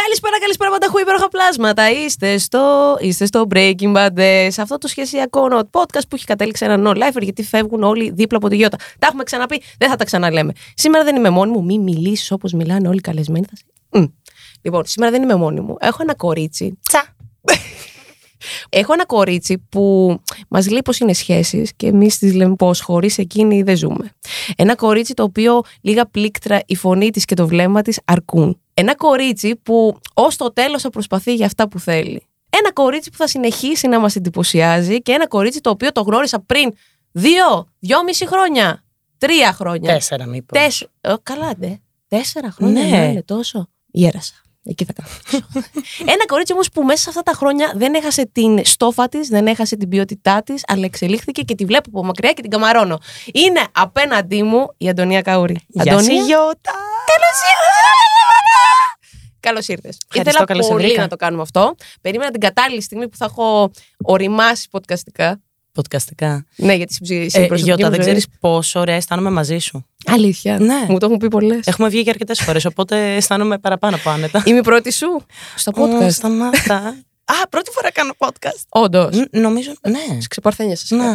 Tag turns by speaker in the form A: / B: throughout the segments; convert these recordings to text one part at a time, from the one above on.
A: Καλησπέρα, καλησπέρα, πανταχού υπέροχα πλάσματα. Είστε στο, είστε στο Breaking Bad, ε, σε αυτό το σχεσιακό not podcast που έχει κατέληξει ένα no lifer γιατί φεύγουν όλοι δίπλα από τη Γιώτα. Τα έχουμε ξαναπεί, δεν θα τα ξαναλέμε. Σήμερα δεν είμαι μόνη μου, μην μιλήσεις όπως μιλάνε όλοι οι καλεσμένοι. Θα... σε- Μμ. Λοιπόν, σήμερα δεν είμαι μόνη μου. Έχω ένα κορίτσι. Τσα. Έχω ένα κορίτσι που μας λέει πώς είναι σχέσεις και εμείς της λέμε πώς χωρίς εκείνη δεν ζούμε. Ένα κορίτσι το οποίο λίγα πλήκτρα η φωνή της και το βλέμμα της αρκούν. Ένα κορίτσι που ως το τέλος θα προσπαθεί για αυτά που θέλει. Ένα κορίτσι που θα συνεχίσει να μας εντυπωσιάζει και ένα κορίτσι το οποίο το γνώρισα πριν δύο, δυόμιση χρόνια. Τρία χρόνια.
B: Τέσσερα, μήπως.
A: Τέσσερα. Καλά, ναι. Τέσσερα χρόνια.
B: Ναι.
A: Ναι. είναι τόσο. Γέρασα. Εκεί θα καθίσω. Ένα κορίτσι όμως που μέσα σε αυτά τα χρόνια δεν έχασε την στόφα της, δεν έχασε την ποιότητά της, αλλά εξελίχθηκε και τη βλέπω από μακριά και την καμαρώνω. Είναι απέναντί μου η Αντωνία Καούρη.
B: Γεια σου,
A: Αντωνία,
B: Γιώτα.
A: καλώς ήρθες.
B: Ευχαριστώ,
A: Ήθελα
B: καλώς σε
A: πολύ
B: βρήκα.
A: να το κάνουμε αυτό. Περίμενα την κατάλληλη στιγμή που θα έχω οριμάσει podcastικά.
B: Podcastικά.
A: Ναι, γιατί στην ψυχή.
B: Ε, Γιώτα, δεν ξέρεις πόσο ωραία αισθάνομαι μαζί σου.
A: Αλήθεια.
B: Ναι.
A: Μου το έχουν πει πολλές.
B: Έχουμε βγει και αρκετές φορές, οπότε αισθάνομαι παραπάνω από άνετα.
A: Είμαι η πρώτη σου στο
B: Ω,
A: podcast.
B: Σταμάτα. Α, πρώτη φορά κάνω podcast.
A: Όντως.
B: Ν- Νομίζω. Ναι.
A: Ξεπαρθένιασα.
B: Ναι.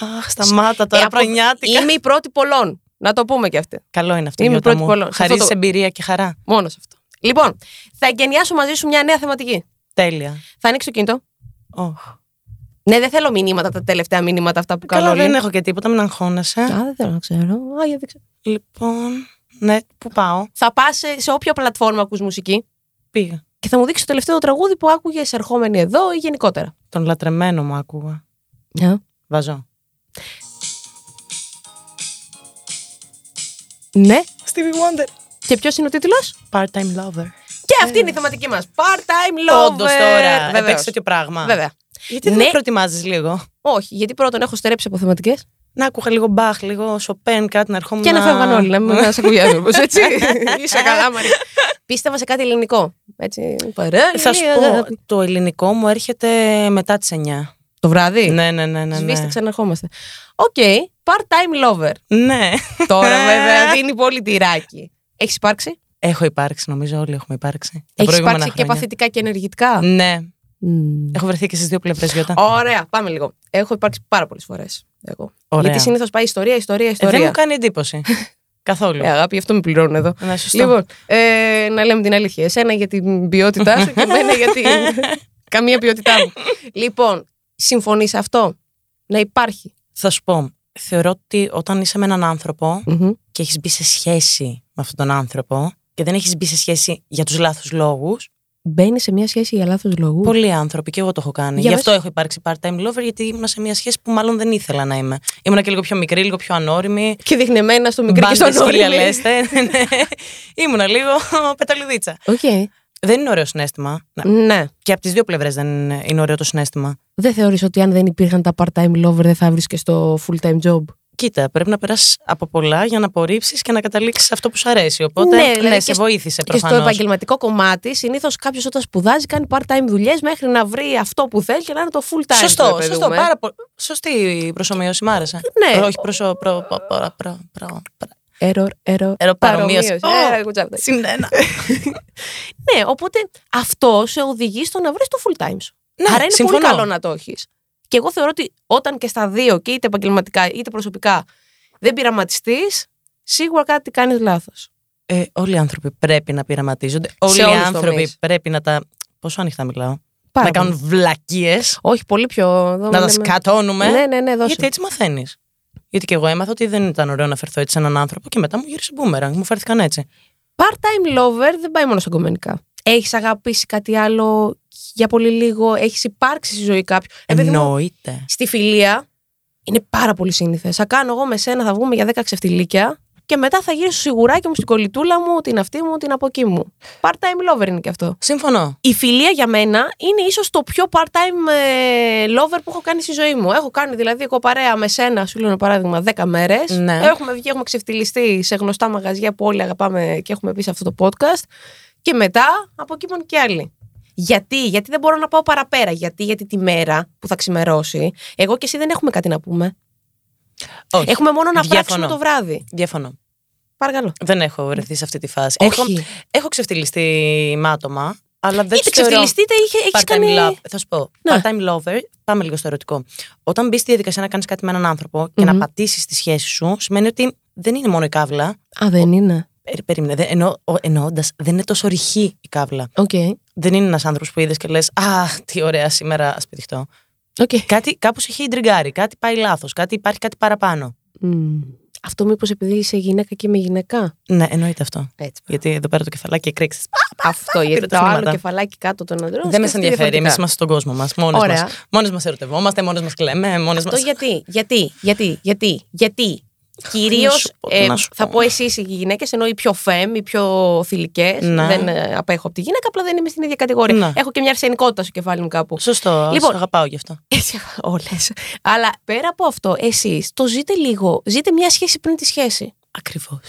B: Αχ, σταμάτα τώρα.
A: Ε, από-
B: Προνιάτικα.
A: Είμαι η πρώτη πολλών. Να το πούμε και αυτή.
B: Καλό είναι αυτό.
A: Είμαι
B: Γιώτα
A: πρώτη
B: μου.
A: πολλών. Σε αυτό
B: Χαρίζεις
A: το-
B: εμπειρία και χαρά.
A: Μόνος σε αυτό. Λοιπόν, θα εγκαινιάσω μαζί σου μια νέα θεματική.
B: Τέλεια.
A: Θα ανοίξω το κινητό.
B: Οχ.
A: Ναι, δεν θέλω μηνύματα, τα τελευταία μηνύματα αυτά που κάνω.
B: Ε, Καλά, ναι, δεν έχω και τίποτα, μην αγχώνεσαι.
A: Α, δεν θέλω να ξέρω. Α, για δεν ξέρω.
B: Λοιπόν, ναι, πού πάω.
A: Θα πας σε, σε όποια πλατφόρμα ακούς μουσική
B: Πήγα.
A: και θα μου δείξεις το τελευταίο τραγούδι που άκουγες ερχόμενη εδώ ή γενικότερα.
B: Τον λατρεμένο μου άκουγα.
A: Ναι.
B: Βαζό.
A: ναι.
B: Stevie Wonder.
A: Και ποιος είναι ο τίτλος?
B: Part-time lover.
A: Και αυτή είναι η θεματική μας. Part-time lover.
B: Όντως τώρα.
A: Βεβαίως.
B: Έπαιξε τέτοιο πράγμα.
A: Βέβαια.
B: Γιατί δεν
A: Ναι.
B: με προετοιμάζει λίγο.
A: Όχι, γιατί πρώτον έχω στερέψει από θεματικές
B: Να ακούγα λίγο μπαχ, λίγο σοπέν, κάτι να ερχόμουν.
A: και να φεύγαν όλοι. Να μην σε ακούει άνθρωπος, έτσι. Είσαι καλά, Μαρία. Πίστευα σε κάτι ελληνικό. Έτσι. Παράλληλη
B: Θα σου
A: αγάπη.
B: πω, το ελληνικό μου έρχεται μετά τις 9.
A: Το βράδυ.
B: Ναι, ναι, ναι, ναι.
A: Σβήστε,
B: ναι.
A: ξαναρχόμαστε. Οκ, part-time lover.
B: Ναι.
A: Τώρα βέβαια δίνει πολύ τυράκι. Έχεις υπάρξει.
B: Έχω υπάρξει, νομίζω όλοι έχουμε υπάρξει. Τα
A: Έχεις
B: προηγούμενα
A: υπάρξει και
B: χρόνια.
A: παθητικά και ενεργητικά.
B: Ναι.
A: Μμμ.
B: Έχω βρεθεί και στις δύο πλευρές, Γιώτα.
A: Ωραία, πάμε λίγο. Έχω υπάρξει πάρα πολλές φορές.
B: Ωραία.
A: Γιατί συνήθως πάει ιστορία, ιστορία,
B: Ε, δεν μου
A: ιστορία.
B: κάνει εντύπωση. Καθόλου.
A: Ε, αγάπη, γι' αυτό με πληρώνουν εδώ.
B: Ναι, σωστό.
A: Λοιπόν, ε, να λέμε την αλήθεια. Εσένα για την ποιότητά σου και εμένα για την. καμία ποιότητά μου. λοιπόν, συμφωνείς σε αυτό. Να υπάρχει.
B: Θα σου πω, θεωρώ ότι όταν είσαι με έναν άνθρωπο
A: Μμμ.
B: και έχεις μπει σε σχέση με αυτόν τον άνθρωπο και δεν έχεις μπει σε σχέση για τους λάθου λόγους,
A: Μπαίνει σε μια σχέση για λάθος λόγους.
B: πολλοί άνθρωποι και εγώ το έχω κάνει.
A: Για πες.
B: Γι' αυτό έχω υπάρξει part-time lover, γιατί ήμουν σε μια σχέση που μάλλον δεν ήθελα να είμαι. Ήμουν και λίγο πιο μικρή, λίγο πιο ανώριμη.
A: Και δείχνει εμένα στο μικρό και στον
B: σκύλια,
A: όριμο.
B: λέστε. Ναι. Ήμουνα λίγο πεταλουδίτσα.
A: Οκ.
B: Δεν είναι ωραίο συνέστημα. Να-
A: Ναι.
B: Και από τις δύο πλευρές δεν είναι είναι ωραίο το συνέστημα.
A: Δεν θεωρείς ότι αν δεν υπήρχαν τα part-time lover δεν θα βρίσκε το full-time job.
B: Κοίτα, πρέπει να περάσεις από πολλά για να απορρίψεις και να καταλήξεις αυτό που σου αρέσει. Οπότε
A: Ναι,
B: ναι,
A: δηλαδή και
B: σε
A: σ-
B: βοήθησε
A: Και στο
B: προφανώς.
A: επαγγελματικό κομμάτι, συνήθως κάποιος όταν σπουδάζει κάνει part-time δουλειές μέχρι να βρει αυτό που θέλει και να είναι το full-time.
B: Σωστό,
A: ρε παιδί
B: σωστό.
A: μου, ε.
B: Πάρα πολύ. Σωστή η προσωμείωση, μ' άρεσε.
A: Ναι.
B: Προ- Όχι, προσω. Προ, προ, προ, προ, προ, προ-
A: Error, error.
B: Error, Ε, παρομοίωση.
A: παρομοίωση.
B: Ω,
A: Έλα, κουτσάπτα.
B: Συνένα.
A: Ναι, οπότε αυτό σε οδηγεί στο να βρεις το full time σου.
B: Ναι,
A: Άρα είναι
B: συμφωνώ.
A: πολύ καλό να το έχεις. Και εγώ θεωρώ ότι όταν και στα δύο, και είτε επαγγελματικά είτε προσωπικά, δεν πειραματιστείς, σίγουρα κάτι κάνεις λάθος.
B: Ε, όλοι οι άνθρωποι πρέπει να πειραματίζονται. Όλοι οι
A: όλους τους
B: άνθρωποι
A: τομείς.
B: πρέπει να τα. Πόσο ανοιχτά μιλάω. να κάνουν βλακίες,
A: Όχι, πολύ πιο. εδώ
B: να τα
A: λέμε-
B: σκατώνουμε.
A: Ναι, ναι, ναι, δώσε.
B: γιατί έτσι μαθαίνεις. Γιατί και εγώ έμαθα ότι δεν ήταν ωραίο να φερθώ έτσι σε έναν άνθρωπο και μετά μου γύρισε μπούμερανγκ. Μου φέρθηκαν έτσι.
A: Part-time lover δεν πάει μόνο στα κομμενικά. Έχεις αγαπήσει κάτι άλλο για πολύ λίγο, έχει υπάρξει στη ζωή κάποιου.
B: Ε,
A: Ρε παιδί μου,
B: Εννοείται.
A: στη φιλία είναι πάρα πολύ σύνηθες. Θα κάνω εγώ με σένα, θα βγούμε για 10 ξεφτιλίκια Και μετά θα γυρίσω σιγουράκι μου στην κολλητούλα μου, την αυτή μου, την από εκεί μου. Part-time lover είναι και αυτό.
B: Σύμφωνο.
A: Η φιλία για μένα είναι ίσως το πιο part-time ε, lover που έχω κάνει στη ζωή μου. Έχω κάνει δηλαδή εγώ παρέα με σένα, σου λέω ένα παράδειγμα, 10 μέρες.
B: Ναι.
A: Έχουμε βγει, έχουμε ξεφτυλιστεί σε γνωστά μαγαζιά που όλοι αγαπάμε και έχουμε πει σε αυτό το podcast. Και μετά από εκεί πάνε και άλλοι. Γιατί, γιατί δεν μπορώ να πάω παραπέρα. Γιατί, γιατί τη μέρα που θα ξημερώσει, εγώ και εσύ δεν έχουμε κάτι να πούμε.
B: Όχι.
A: Έχουμε μόνο να
B: Διαφωνώ.
A: πράξουμε το βράδυ.
B: Διαφωνώ.
A: Παρακαλώ.
B: Δεν έχω βρεθεί σε αυτή τη φάση.
A: Όχι.
B: Έχω, έχω ξεφτυλιστεί με άτομα, αλλά δεν
A: είτε
B: τους θεωρώ-
A: ξεφτυλιστεί, είτε είχε- έχεις
B: Part-time
A: κάνει.
B: love. Θα σου πω.
A: Ναι.
B: Part-time lover, πάμε λίγο στο ερωτικό. Όταν μπεις στη διαδικασία να κάνεις κάτι με έναν άνθρωπο και να
A: Μμμ.
B: πατήσεις τη σχέση σου, σημαίνει ότι δεν είναι μόνο η καύλα.
A: Α, δεν είναι.
B: Ε, Περίμενε. δεν- Εννοώ, εννοώντας, δεν είναι τόσο ρηχή η καύλα.
A: Οκ.
B: Δεν είναι ένας άνθρωπος που είδες και λες Αχ, τι ωραία σήμερα, ας πετυχτώ.
A: Οκ.
B: Κάτι κάπως έχει ντριγκάρει, κάτι πάει λάθος, κάτι, υπάρχει κάτι παραπάνω.
A: Μμμ. Mm. Αυτό μήπως επειδή είσαι γυναίκα και είμαι γυναίκα.
B: Ναι, εννοείται αυτό.
A: Έτσι.
B: Γιατί εδώ πέρα το κεφαλάκι κρίξει.
A: Αυτό, γιατί
B: πήρε τα
A: το άλλο
B: χρήματα.
A: κεφαλάκι κάτω των ανδρών.
B: Δεν με
A: σκέφτεται
B: ενδιαφέρει. Εμεί
A: διαφορετικά.
B: είμαστε στον κόσμο μας. Μόνες
A: Ωραία.
B: μας μόνες μας ερωτευόμαστε, μόνες μας κλαίμε, μόνες μα.
A: Αυτό γιατί, γιατί, γιατί, γιατί, γιατί. Κυρίως
B: να σου πω, τι να σου
A: θα
B: πω.
A: πω εσείς οι γυναίκες, ενώ οι πιο φεμ, οι πιο θηλυκές.
B: Ναι.
A: Δεν ε, απέχω από τη γυναίκα, απλά δεν είμαι στην ίδια κατηγορία.
B: Ναι.
A: Έχω και μια αρσενικότητα στο κεφάλι μου κάπου.
B: Σωστό.
A: Λοιπόν.
B: σε αγαπάω γι' αυτό.
A: Έτσι, όλες. Αλλά πέρα από αυτό, εσείς το ζείτε λίγο. Ζείτε μια σχέση πριν τη σχέση.
B: Ακριβώς.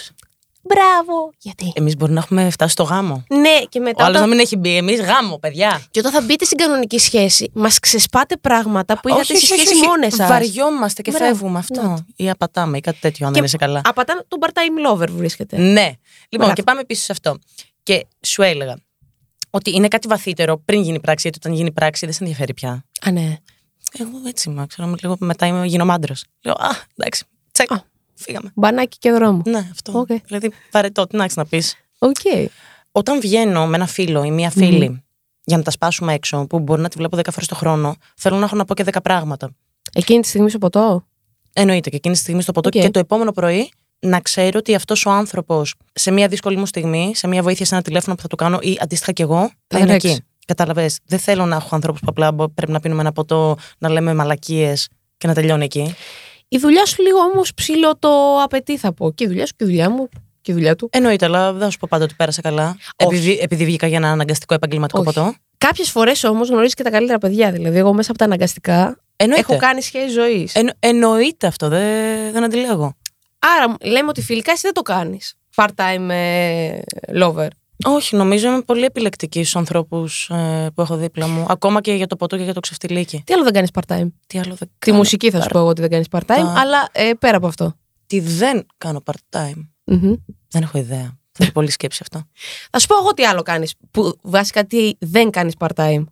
A: Μπράβο. Γιατί.
B: Εμείς μπορεί να έχουμε φτάσει στο γάμο.
A: Ναι, και
B: Ε, Ο
A: μετά.
B: άλλο
A: όταν-
B: να μην έχει μπει. Εμείς γάμο, παιδιά.
A: Και όταν θα μπείτε στην κανονική σχέση, μας ξεσπάτε πράγματα που είχατε στη σχέση μόνες σας.
B: Βαριόμαστε και
A: Μπράβο.
B: φεύγουμε αυτό. Ή απατάμε ή κάτι τέτοιο, αν δεν είσαι καλά.
A: Απατά τον part-time lover βρίσκεται.
B: Ναι. Λοιπόν,
A: Μπράβο.
B: και πάμε πίσω σε αυτό. Και σου έλεγα ότι είναι κάτι βαθύτερο πριν γίνει πράξη, γιατί όταν γίνει πράξη δεν σε ενδιαφέρει πια.
A: Α, ναι.
B: Εγώ έτσι είμαι, ξέρω, με λίγο μετά είμαι γίνω μάντρος. Λέω, α, εντάξει, τσεκ,
A: Α.
B: φύγαμε.
A: Μπανάκι και δρόμο.
B: Ναι, αυτό.
A: Οκ.
B: Δηλαδή, βαρετό, τι να έχεις να πεις.
A: Οκ.
B: Όταν βγαίνω με ένα φίλο ή μία φίλη για να τα σπάσουμε έξω, που μπορεί να τη βλέπω 10 φορές το χρόνο, θέλω να έχω να πω και 10 πράγματα.
A: Εκείνη τη στιγμή στο ποτό.
B: Εννοείται και εκείνη τη στιγμή στο ποτό
A: Οκ.
B: και το επόμενο πρωί να ξέρω ότι αυτός ο άνθρωπος σε μια δύσκολη μου στιγμή, σε μια βοήθεια, σε ένα τηλέφωνο που θα του κάνω ή αντίστοιχα κι εγώ, θα είναι
A: τρέξει.
B: εκεί. Κατάλαβες. Δεν θέλω να έχω ανθρώπους που απλά μπο- πρέπει να πίνουμε ένα ποτό, να λέμε μαλακίες και να τελειώνει εκεί.
A: Η δουλειά σου λίγο όμως ψήλο το απαιτεί, θα πω. Και η δουλειά σου και η δουλειά μου και η δουλειά του.
B: Εννοείται, αλλά δεν θα σου πω πάντα ότι πέρασα καλά. Επειδή, επειδή βγήκα για ένα αναγκαστικό επαγγελματικό
A: Όχι.
B: ποτό.
A: Κάποιες φορές όμως γνωρίζεις και τα καλύτερα παιδιά. Δηλαδή, εγώ μέσα από τα αναγκαστικά
B: Εννοείται. Ε, ναι.
A: έχω κάνει σχέση ζωής.
B: Εν- εννοείται αυτό, δεν, δεν αντιλέγω.
A: Άρα λέμε ότι φιλικά εσύ δεν το κάνεις. Part-time ε, lover.
B: Όχι, νομίζω είμαι πολύ επιλεκτική στους ανθρώπους που έχω δίπλα μου. Ακόμα και για το ποτό και για το ξεφτιλίκι.
A: Τι άλλο δεν κάνεις part-time.
B: Τι άλλο
A: Τη
B: δεν κάνω.
A: μουσική θα σου πω εγώ ότι δεν κάνεις part-time,
B: Α.
A: αλλά ε, πέρα από αυτό.
B: Τι δεν κάνω part-time.
A: Μμμ.
B: Δεν έχω ιδέα. Θέλει πολύ σκέψη αυτό.
A: Θα σου πω εγώ τι άλλο κάνεις. Που βασικά τι δεν κάνεις part-time.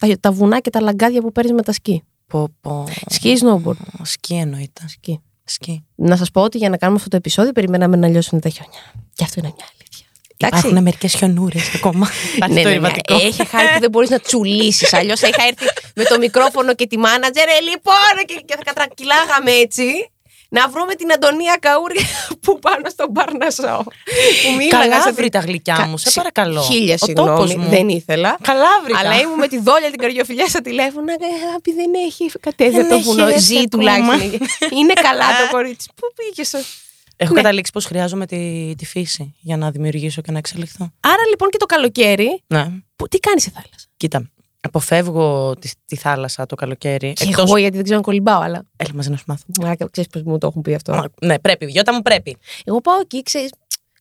A: Τα, τα βουνά και τα λαγκάδια που παίρνεις με τα σκι.
B: Πω, πω.
A: Σκι ή snowboard.
B: Σκι εννοείται.
A: Σκι.
B: Σκι.
A: Να σας πω ότι για να κάνουμε αυτό το επεισόδιο περιμέναμε να λιώσουν τα χιόνια. Και αυτό είναι μια αλήθεια.
B: Υπάρχουν μερικές χιονούρες ακόμα. Υπάρχει
A: Ναι,
B: το
A: ναι, ναι.
B: ιβατικό.
A: Έχει χάρη που δεν μπορείς να τσουλήσεις. Αλλιώς θα είχα έρθει με το μικρόφωνο και τη μάνατζερ. «Ε, Λοιπόν, και, και θα κατρακυλάγαμε έτσι. Να βρούμε την Αντωνία Καούρη που πάνω στον Παρνασσό. Που μίλαγα
B: Καλά
A: σε
B: βρει τα γλυκιά
A: Κα-
B: μου, σε παρακαλώ.
A: Χίλια
B: Ο τόπος
A: συγγνώμη.
B: μου.
A: Δεν ήθελα.
B: Καλά βρει.
A: Αλλά ήμουν με τη δόλια την καρδιοφιλιά στα τηλέφωνα. Ε, Αγάπη, δεν έχει κατέβει
B: Δεν
A: από το
B: έχει
A: βουνό.
B: έρθει
A: Ζει
B: ακόμα.
A: τουλάχιστον. Είναι καλά το κορίτσι. Πού πήγες.
B: Έχω
A: Ναι.
B: καταλήξει πως χρειάζομαι τη, τη φύση για να δημιουργήσω και να εξελιχθώ.
A: Άρα λοιπόν και το καλοκαίρι.
B: Ναι.
A: που- Τι κάνεις στη θάλασσα.
B: Κοίτα. Αποφεύγω τη, τη θάλασσα το καλοκαίρι.
A: Και εγώ γιατί δεν ξέρω να κολυμπάω, αλλά.
B: Έλα μαζί να σου μάθω.
A: Μαλάκα, ξέρεις πώ μου το έχουν πει αυτό.
B: Μα, Ναι, πρέπει. Γιώτα μου πρέπει.
A: Εγώ πάω εκεί, ξέρεις.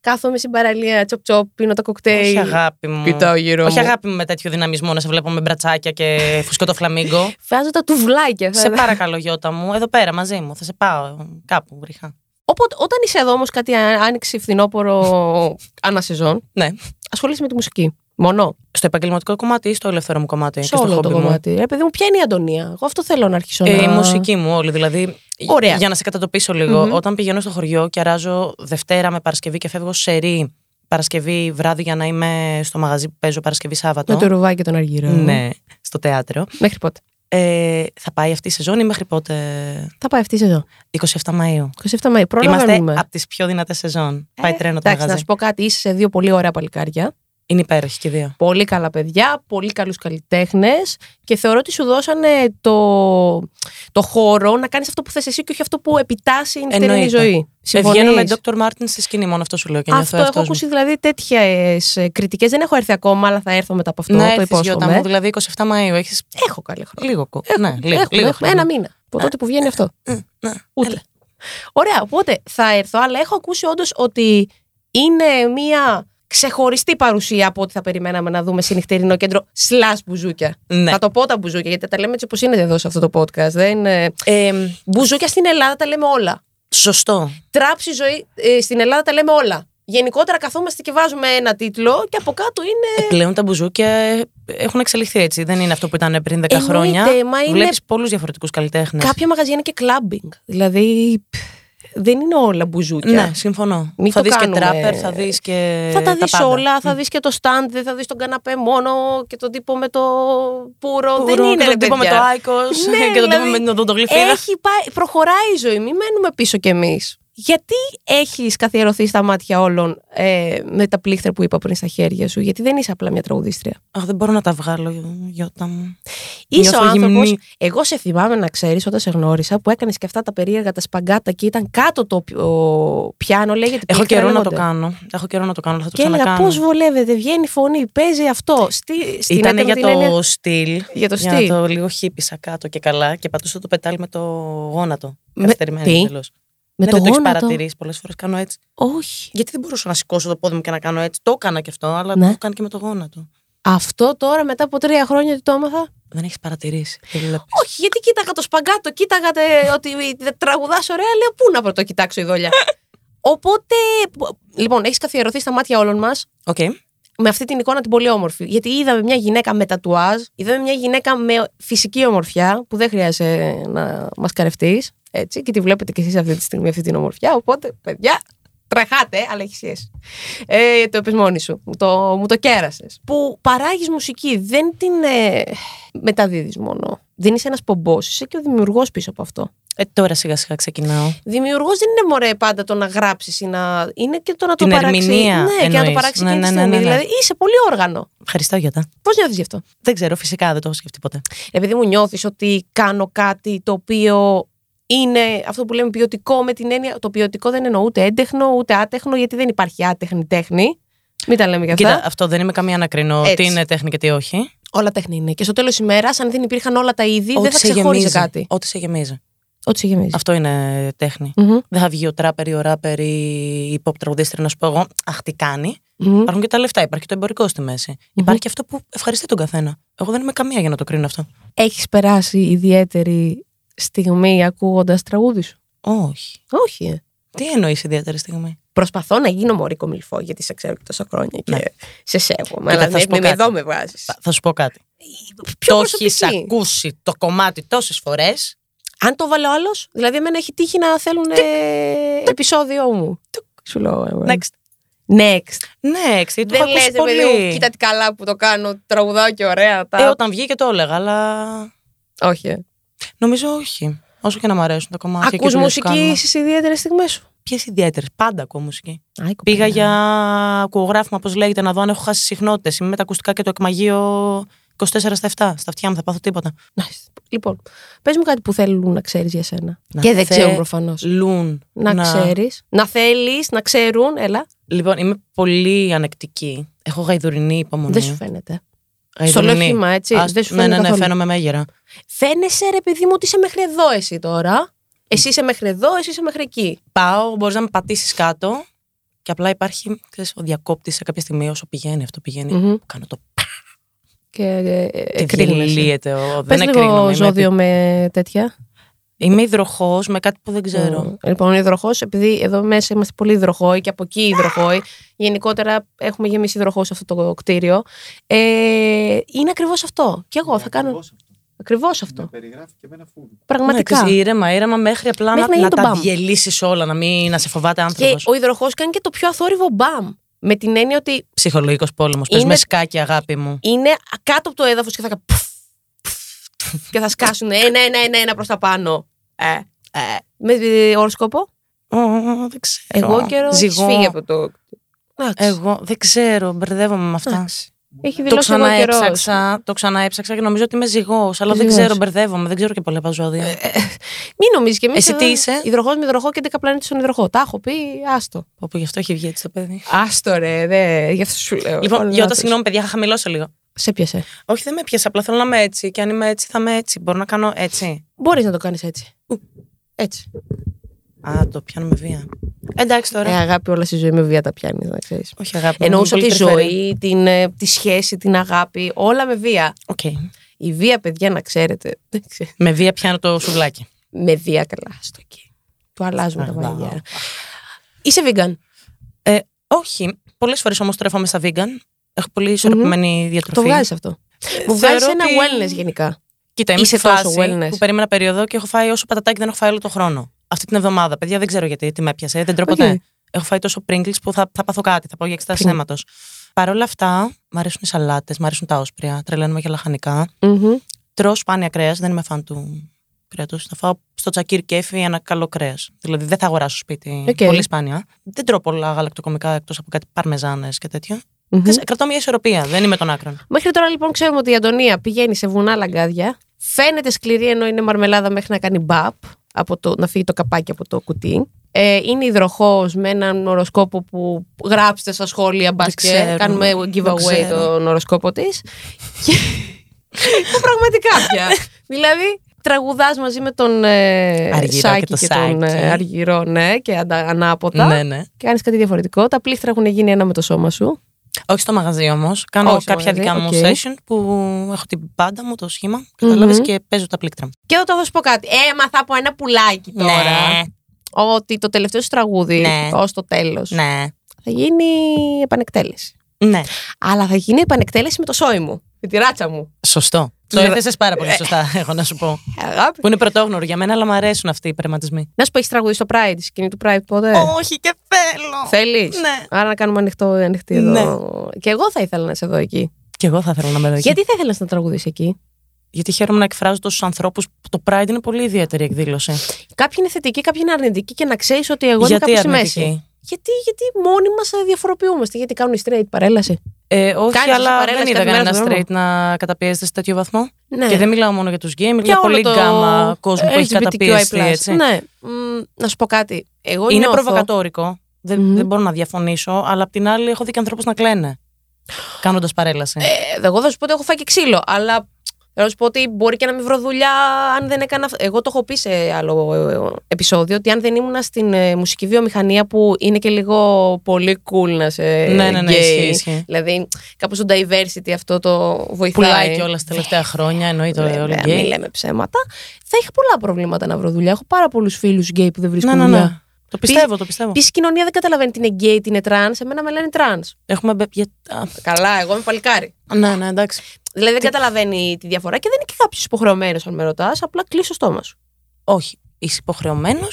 A: Κάθομαι στην παραλία, τσοπ τσοπ, πίνω τα
B: Όχι
A: κοκτέιλ.
B: αγάπη μου.
A: Κοιτάω γύρω
B: Όχι
A: μου.
B: αγάπη μου με τέτοιο δυναμισμό να σε βλέπω με μπρατσάκια και φουσκό το φλαμίγκο.
A: Βάζω τα τουβλάκια.
B: Σε
A: Θα...
B: παρακαλώ, Γιώτα μου, εδώ πέρα μαζί μου. Θα σε πάω κάπου γρήχα.
A: Οπότε, όταν είσαι εδώ όμως κάτι α- άνοιξη φθινόπωρο ανασεζόν,
B: Ναι.
A: ασχολείσαι με τη μουσική. Μόνο.
B: Στο επαγγελματικό κομμάτι ή στο ελεύθερο μου κομμάτι. και
A: Σε
B: στο
A: όλο το
B: χόμπι μου.
A: κομμάτι. Ρε παιδί μου, ποια είναι η Αντωνία. Εγώ αυτό θέλω να αρχίσω
B: Ε,
A: να.
B: η μουσική μου όλη. Δηλαδή,
A: Ωραία.
B: για να σε κατατοπίσω λίγο, όταν πηγαίνω στο χωριό και αράζω Δευτέρα με Παρασκευή και φεύγω σε ρί Παρασκευή βράδυ για να είμαι στο μαγαζί που παίζω Παρασκευή Σάββατο.
A: Με το ρουβάκι και τον αργύρο.
B: ναι, στο θέατρο.
A: Μέχρι πότε.
B: Ε, θα πάει αυτή η σεζόν ή μέχρι πότε.
A: Θα πάει αυτή η σεζόν.
B: 27 Μαΐου.
A: 27 Μαΐου. Πρόλαβα
B: Είμαστε από τις πιο δυνατές σεζόν. πάει τρένο το
A: Ε, Εντάξει,
B: μαγαζί.
A: να σου πω κάτι. Είσαι σε δύο πολύ ωραία παλικάρια.
B: Είναι υπέροχη και οι δύο. Ε,
A: Πολύ καλά παιδιά, πολύ καλούς καλλιτέχνες και θεωρώ ότι σου δώσανε το, το χώρο να κάνεις αυτό που θες εσύ και όχι αυτό που επιτάσσει η νυχτερινή
B: Εννοείται. Ε,
A: ζωή.
B: Βγαίνω με
A: Συμφωνείς?
B: Dr. Martin στη σκηνή, μόνο αυτό σου λέω και νιώθω
A: Αυτό έχω
B: εαυτός μου.
A: ακούσει δηλαδή τέτοιες κριτικές. Δεν έχω έρθει ακόμα, αλλά θα έρθω μετά από αυτό.
B: Να
A: το
B: έρθεις Γιώτα
A: υπόσχομαι. Ε,
B: μου, δηλαδή 27 Μαΐου, έχεις
A: Έχω καλή χρόνο.
B: λίγο κου-
A: Έχουμε,
B: Ναι, λίγο,
A: έχουμε,
B: λίγο
A: έχουμε.
B: χρόνο.
A: Ένα μήνα. Από τότε που βγαίνει αυτό.
B: ναι.
A: Ούτε. Ωραία, οπότε θα έρθω, αλλά έχω ακούσει όντως ότι είναι μια ξεχωριστή παρουσία από ό,τι θα περιμέναμε να δούμε σε νυχτερινό κέντρο σλάς μπουζούκια.
B: Ναι.
A: Θα το πω τα μπουζούκια, γιατί τα λέμε έτσι όπως είναι εδώ σε αυτό το podcast. Δεν είναι...
B: Ε,
A: Μπουζούκια στην Ελλάδα τα λέμε όλα.
B: σωστό.
A: Τράψη ζωή ε, στην Ελλάδα τα λέμε όλα. Γενικότερα καθόμαστε και βάζουμε ένα τίτλο και από κάτω είναι.
B: Πλέον τα μπουζούκια ε, έχουν εξελιχθεί έτσι. Δεν είναι αυτό που ήταν πριν 10
A: Εννοείται,
B: χρόνια.
A: μα είναι-
B: Βλέπεις πολλούς διαφορετικούς καλλιτέχνες.
A: Κάποια μαγαζιά είναι και κλαμπινγκ. Δηλαδή π, δεν είναι όλα μπουζούκια.
B: Ναι, συμφωνώ.
A: Μην
B: θα
A: το
B: δεις και
A: κάνουμε.
B: τράπερ, θα δεις και.
A: Θα τα δει
B: Ε, πάντα.
A: όλα, θα δεις και το stand, δεν θα δεις τον καναπέ μόνο και τον τύπο με το πουρο.
B: Που
A: δεν
B: ρου-
A: είναι
B: και τον τύπο με το άικο
A: Ναι,
B: και τον τύπο
A: δηλαδή,
B: με την οδοντογλυφίδα.
A: Έχει πάει, προχωράει η ζωή, μην μένουμε πίσω κι εμείς. Γιατί έχεις καθιερωθεί στα μάτια όλων ε, με τα πλήχτρα που είπα πριν στα χέρια σου, Γιατί δεν είσαι απλά μια τραγουδίστρια.
B: Αχ, δεν μπορώ να τα βγάλω, Γιώτα μου.
A: Είσαι ο
B: Νιώθω γυμνή.
A: άνθρωπο. Εγώ σε θυμάμαι να ξέρεις όταν σε γνώρισα που έκανες και αυτά τα περίεργα τα σπαγκάτα και ήταν κάτω το πι- ο πιάνο, λέγεται.
B: Έχω
A: πλήκτρα
B: καιρό να το
A: λέγονται.
B: κάνω. Έχω καιρό να το κάνω, αλλά θα το
A: Και έλεγα πώ
B: ξανακάνω.
A: βολεύεται, βγαίνει η φωνή, παίζει αυτό. Στη, στην
B: Ήταν για
A: ατροδηλένεια-
B: το στυλ.
A: Για το
B: Για
A: στυλ.
B: να το λίγο χύπησα κάτω και καλά και πατούσα το πετάλι με το γόνατο.
A: Με-
B: Καθυστερημένο
A: τι?
B: εντελώς.
A: Με
B: ναι,
A: το
B: δεν το έχεις
A: γόνατο.
B: παρατηρήσει πολλές φορές. Κάνω έτσι.
A: Όχι.
B: Γιατί δεν μπορούσα να σηκώσω το πόδι μου και να κάνω έτσι. Το έκανα και αυτό, αλλά
A: Ναι.
B: το έκανα και με το γόνατο.
A: Αυτό τώρα μετά από τρία χρόνια ότι το έμαθα.
B: Δεν έχεις παρατηρήσει. Δεν βλέπεις.
A: Όχι, γιατί κοίταγα το σπαγκάτο, κοίταγα τε- ότι τραγουδάς ωραία, λέω πού να πρώτο κοιτάξω η δόλια. Οπότε. Λοιπόν, έχεις καθιερωθεί στα μάτια όλων μας.
B: Οκ. Ε,
A: με αυτή την εικόνα την πολύ όμορφη. Γιατί είδαμε μια γυναίκα με τατουάζ, είδαμε μια γυναίκα με φυσική ομορφιά, που δεν χρειάζεται να μας καρευτείς. Έτσι, και τη βλέπετε κι εσείς αυτή τη στιγμή αυτή την ομορφιά. Οπότε, παιδιά, τρεχάτε, ε, αλλά έχεις σχέση. Ε, το είπες μόνη σου. Μου το, μου το κέρασες. Που παράγεις μουσική, δεν την ε, μεταδίδεις μόνο. Δεν είσαι ένας πομπός, είσαι και ο δημιουργός πίσω από αυτό.
B: Ε, τώρα σιγά σιγά ξεκινάω.
A: Δημιουργός δεν είναι μωρέ πάντα το να γράψεις ή να. είναι και το να το
B: Την
A: παράξεις.
B: ερμηνεία
A: Ναι, και να το
B: εννοείς.
A: παράξεις
B: Ναι,
A: και
B: ναι,
A: τη
B: ναι,
A: στιγμή.
B: ναι, ναι.
A: Δηλαδή είσαι πολύ όργανο.
B: Ευχαριστώ για τα.
A: Πώς νιώθεις γι' αυτό.
B: Δεν ξέρω, φυσικά δεν το έχω σκεφτεί ποτέ.
A: Επειδή μου νιώθεις ότι κάνω κάτι το οποίο είναι αυτό που λέμε ποιοτικό με την έννοια. Το ποιοτικό δεν εννοώ ούτε έντεχνο ούτε άτεχνο, γιατί δεν υπάρχει άτεχνη τέχνη. Μην τα λέμε γι' αυτά.
B: Κοίτα, αυτό δεν είμαι καμία να κρίνω
A: Έτσι.
B: τι είναι τέχνη και τι όχι.
A: Όλα τέχνη είναι. Και στο τέλος ημέρας, αν δεν υπήρχαν όλα τα είδη, δεν θα
B: σε
A: ξεχώριζε
B: γεμίζει.
A: κάτι.
B: Ό,τι σε γεμίζει.
A: Ό,τι σε γεμίζει.
B: Αυτό είναι τέχνη.
A: Μμμ.
B: Δεν θα βγει ο τράπερ ή ο ράπερ ή η pop τραγουδίστρια να σου πω εγώ Αχ, τι κάνει.
A: Μμμ.
B: Υπάρχουν και τα λεφτά, υπάρχει και το εμπορικό στη μέση. Υπάρχει και αυτό που ευχαριστεί τον καθένα. Εγώ δεν είμαι καμία για να το κρίνω αυτό.
A: Έχεις περάσει ιδιαίτερη στιγμή ακούγοντας τραγούδι σου.
B: Όχι.
A: Όχι. ε.
B: Τι εννοείς ιδιαίτερη στιγμή.
A: Προσπαθώ να γίνω μωρή κομιλφό, γιατί σε ξέρω και τόσα χρόνια και
B: Ναι.
A: σε σέβομαι.
B: Κοίτα,
A: αλλά
B: θα
A: με,
B: σου πω
A: με- με
B: κάτι.
A: εδώ με βάζεις.
B: Θα- Θα σου πω κάτι.
A: Πιο
B: το
A: προσωπική.
B: έχεις ακούσει το κομμάτι τόσες φορές.
A: Αν το βάλε ο άλλος, δηλαδή εμένα έχει τύχει να θέλουν ε, επεισόδιο μου. Σου λέω. ε,
B: Next.
A: Next.
B: Ναι, γιατί το
A: Δεν
B: έχω
A: λε,
B: ακούσει
A: παιδί μου,
B: πολύ.
A: κοίτα τι καλά που το κάνω, τραγουδάω και ωραία. Τα...
B: Ε, όταν βγήκε το έλεγα, αλλά
A: Όχι. ε.
B: νομίζω όχι. Όσο και να μ' αρέσουν τα κομμάτια. και
A: Ακούς
B: οι δουλειές που
A: μουσική
B: κάνουμε.
A: στις ιδιαίτερες στιγμές σου.
B: Ποιες ιδιαίτερες. Πάντα ακούω μουσική.
A: Α, η κοπέλα.
B: Πήγα για ακουγράφημα, όπως λέγεται, να δω αν έχω χάσει συχνότητες. Είμαι με τα ακουστικά και το εκμαγείο 24 στα 7. Στα αυτιά μου θα πάθω τίποτα.
A: Nice. Λοιπόν, πες μου κάτι που θέλουν να ξέρεις για σένα.
B: Να
A: και δεν
B: θε-
A: ξέρουν προφανώς.
B: Λουν.
A: Να, ξέρεις. Να θέλεις, να ξέρουν. Έλα.
B: Λοιπόν, είμαι πολύ ανεκτική. Έχω γαϊδουρινή υπομονή.
A: Δεν σου φαίνεται. Στο
B: Γαϊδουρινή.
A: λέω χήμα, έτσι.
B: Ας-
A: δεν σου
B: ναι,
A: φαίνεται.
B: ναι, ναι,
A: καθόλου.
B: φαίνομαι μέγερα.
A: Φαίνεσαι, ρε παιδί μου, ότι είσαι μέχρι εδώ εσύ τώρα. Εσύ είσαι μέχρι εδώ, εσύ είσαι μέχρι εκεί.
B: Πάω, μπορείς να με πατήσεις κάτω και απλά υπάρχει ξέρεις, ο διακόπτης σε κάποια στιγμή όσο πηγαίνει αυτό πηγαίνει.
A: Μμμ.
B: Κάνω το
A: Και ε, ε,
B: Και
A: κρίνεσαι.
B: διαλύεται. ο-
A: Πες
B: Δεν εκρίνομαι.
A: λίγο
B: Είμαι,
A: ζώδιο με τέτοια.
B: είμαι υδροχός με κάτι που δεν ξέρω.
A: Ε, Λοιπόν, ο υδροχός, επειδή εδώ μέσα είμαστε πολύ υδροχόοι και από εκεί υδροχόοι, γενικότερα έχουμε γεμίσει υδροχός σε αυτό το κτίριο. Ε, είναι ακριβώς αυτό. Και εγώ θα κάνω. Ακριβώς αυτό.
C: περιγράφει και εμένα φούρνο.
A: Πραγματικά.
B: Ναι, ξέρεις, ήρεμα, ήρεμα μέχρι απλά
A: Μέχρι να
B: να,
A: γίνει
B: να,
A: το
B: τα
A: μπαμ.
B: διαλύσεις όλα, να μην να σε φοβάται
A: και
B: άνθρωπος.
A: ο υδροχός κάνει και το πιο αθόρυβο μπαμ. Με την έννοια ότι
B: Ψυχολογικός πόλεμος.
A: Είναι-
B: Πες με σκάκι, αγάπη μου.
A: είναι κάτω από το έδαφος και θα κάνει. πφ, πφ, πφ, και θα σκάσουν ένα, ένα, ένα, ένα προς τα πάνω. Ε, ε. Με ε, οροσκόπο.
B: Ω, δεν ξέρω.
A: Εγώ καιρό. έχεις
B: Ζυγό.
A: φύγει από το. Εντάξει.
B: Εγώ δεν ξέρω, μπερδεύομαι με αυτά.
A: Εντάξει.
D: Έχει
B: Το
D: δηλώσει ο καιρός.
B: ξαναέψαξα, το ξαναέψαξα και νομίζω ότι είμαι ζυγός, αλλά δεν
A: Ζυγός.
B: ξέρω, μπερδεύομαι, δεν ξέρω και πολλά παζόδια.
A: Μην νομίζεις και εμείς.
B: Εσύ τι είσαι?
A: Υδροχός με υδροχό και 11 πλανήτη στον υδροχό. Τα έχω πει, άστο.
B: Όπου γι' αυτό έχει βγει έτσι το παιδί.
A: Άστο ρε, δε, γι' αυτό σου λέω.
B: Λοιπόν,
A: Όλα
B: Γιώτα,
A: λάθος.
B: συγγνώμη, παιδιά, είχα χαμηλώσει λίγο.
A: Σε πιασε.
B: Όχι, δεν με πιέσα, απλά θέλω να είμαι έτσι. Και αν είμαι έτσι, θα είμαι έτσι. Μπορώ να κάνω έτσι.
A: Μπορείς να το κάνεις έτσι. Έτσι.
B: Α, το πιάνω με βία. Εντάξει τώρα.
A: Ε, αγάπη, όλα στη ζωή με βία τα πιάνεις, να ξέρεις.
B: Όχι, αγάπη. μου,
A: Εννοούσα
B: πολύ
A: τη
B: τρυφερή.
A: ζωή, την, ε, τη σχέση, την αγάπη, όλα με βία.
B: Οκ.
A: Η βία, παιδιά, να ξέρετε. δεν ξέρω.
B: Με βία πιάνω το σουβλάκι.
A: με βία καλά, άστο εκεί. Του αλλάζουμε τα
B: Αχ, μπα.
A: βαριά. Είσαι vegan.
B: Ε, όχι. Πολλές φορές όμως τρέφομαι στα vegan. Έχω πολύ ισορροπημένη διατροφή.
A: Το βγάζεις αυτό. Μου βγάζει
B: Ε, θεωρώ
A: ένα
B: ότι-
A: wellness γενικά.
B: Κοίτα, είμαι
A: Είσαι
B: στη
A: τόσο
B: φάση
A: wellness.
B: που περίμενα περίοδο και έχω φάει όσο πατατάκι δεν έχω φάει όλο τον χρόνο. Αυτή την εβδομάδα, παιδιά, δεν ξέρω γιατί, τι με έπιασε, δεν τρώω
A: Οκ.
B: ποτέ. Έχω φάει τόσο πρίγκκλ που θα, θα πάθω κάτι, θα πάω για εξετάσεις
A: Πριν.
B: αίματος. Παρ' όλα αυτά, μ' αρέσουν οι σαλάτες, μ' αρέσουν τα όσπρια, τρελαίνουμε για λαχανικά.
A: Μμμ.
B: Τρώω σπάνια κρέας, δεν είμαι φαν του κρέατος. Θα φάω στο τσακίρ κέφι ένα καλό κρέας. Δηλαδή δεν θα αγοράσω σπίτι
A: Οκ.
B: πολύ σπάνια. Δεν τρώω πολλά γαλακτοκομικά εκτός από κάτι παρμεζάνες και τέτοια.
A: Μμμ.
B: Δεν- Κρατώ μια ισορροπία, δεν είμαι των άκρων.
A: Μέχρι τώρα λοιπόν ξέρουμε ότι η Αντωνία πηγαίνει σε βουνά λαγκάδια. Φαίνεται σκληρή ενώ είναι μαρμελάδα μέχρι να κάνει μπαπ, από το, να φύγει το καπάκι από το κουτί. Ε, είναι υδροχός με έναν οροσκόπο που γράψτε στα σχόλια μπας
B: Δεν
A: και
B: ξέρω.
A: Κάνουμε
B: Δεν
A: giveaway
B: ξέρω.
A: τον οροσκόπο της. και... Που πραγματικά πια. δηλαδή τραγουδάς μαζί με τον ε,
B: Αργυρό
A: Σάκη
B: και το
A: και, τον
B: Σάκη.
A: ε, Αργυρό, ναι, και αντα, ανάποδα.
B: Ναι, ναι.
A: Και κάνεις κάτι διαφορετικό. Τα πλήστρα έχουν γίνει ένα με το σώμα σου.
B: Όχι στο μαγαζί όμως. Κάνω
A: Όχι στο
B: κάποια
A: μαγαζί,
B: δικά μου
A: οκ.
B: session που έχω την πάντα μου, το σχήμα. κατάλαβες,
A: Μμμ.
B: και παίζω τα πλήκτρα. μου.
A: Και εδώ θα σου πω κάτι. Έμαθα από ένα πουλάκι τώρα.
B: Ναι,
A: Ότι το τελευταίο σου τραγούδι
B: Ναι.
A: ως το τέλος
B: ναι.
A: θα γίνει επανεκτέλεση.
B: Ναι.
A: Αλλά θα γίνει επανεκτέλεση με το σόι μου. Με τη ράτσα μου.
B: Σωστό. Το
A: Τους-
B: έθεσες πάρα πολύ σωστά,
A: Ε.
B: έχω να σου πω.
A: Αγάπη.
B: Που είναι πρωτόγνωρο για μένα, αλλά μου αρέσουν αυτοί οι περματισμοί.
A: Να σου πω, έχεις τραγουδί στο Pride, σκηνή του Pride ποτέ.
B: Όχι και θέλω.
A: Θέλεις.
B: Ναι.
A: Άρα να κάνουμε ανοιχτό, ανοιχτή εδώ. Και εγώ θα ήθελα να είσαι εδώ εκεί.
B: Και εγώ θα ήθελα να με δω εκεί.
A: Γιατί θα ήθελα να τραγουδίσει εκεί.
B: Γιατί χαίρομαι να εκφράζω τόσους ανθρώπους. Το Pride είναι πολύ ιδιαίτερη εκδήλωση.
A: Κάποιοι είναι θετικοί, κάποιοι είναι αρνητικοί και να ξέρεις ότι εγώ
B: Γιατί
A: είμαι κάπου στη
B: αρνητική?
A: μέση. Γιατί, γιατί μόνοι μας διαφοροποιούμαστε. Γιατί κάνουν οι straight παρέλαση.
B: Ε, όχι,
A: Κάνεις εσύ
B: αλλά δεν
A: παρέλαση
B: είδα
A: κάθε μέρα
B: κανένα
A: στον
B: straight να καταπιέζεται σε τέτοιο βαθμό.
A: Ναι.
B: Και δεν μιλάω μόνο για τους γκέι, μιλάω
A: όλο
B: πολύ
A: το Ε,
B: γκάμα κόσμου που έχει
A: LGBTQI+.
B: καταπιεστεί. έτσι.
A: Ναι. Μ, να σου πω κάτι. Εγώ
B: Είναι
A: νιώθω-
B: προβοκατόρικο. Δεν,
A: Μμμ.
B: δεν μπορώ να διαφωνήσω, αλλά απ' την άλλη έχω δει και ανθρώπους να κλαίνε. Κάνοντας παρέλαση.
A: Ε, εγώ θα σου πω ότι έχω φάει και ξύλο, αλλά θα σου πω ότι μπορεί και να μην βρω δουλειά αν δεν έκανα. αυτό. Εγώ το έχω πει σε άλλο ε, επεισόδιο ότι αν δεν ήμουνα στην ε, μουσική βιομηχανία που είναι και λίγο πολύ cool να σε.
B: ναι, ναι, ναι,
A: gay.
B: ισχύει, ισχύει.
A: Δηλαδή, κάπως το diversity αυτό το βοηθάει.
B: Πουλάει κιόλας τα τελευταία χρόνια, εννοείται
A: Βέβαια,
B: όλο
A: μην
B: Ε, γκέι.
A: λέμε ψέματα. Θα είχα πολλά προβλήματα να βρω δουλειά. Έχω πάρα πολλούς φίλους γκέι που δεν
B: Ναι,
A: βρίσκουν
B: ναι,
A: δουλειά.
B: ναι. Το πιστεύω, το πιστεύω.
A: Επίση, η κοινωνία δεν καταλαβαίνει τι είναι γκέι, τι είναι τραν. Εμένα με λένε τραν.
B: Έχουμε μπε. για- α,
A: Καλά, εγώ είμαι παλικάρι.
B: Ναι, ναι, εντάξει.
A: Δηλαδή δεν καταλαβαίνει τη διαφορά και δεν είναι και κάποιος υποχρεωμένος, αν με ρωτάς. Απλά κλείσει το στόμα σου.
B: Όχι. Είσαι υποχρεωμένος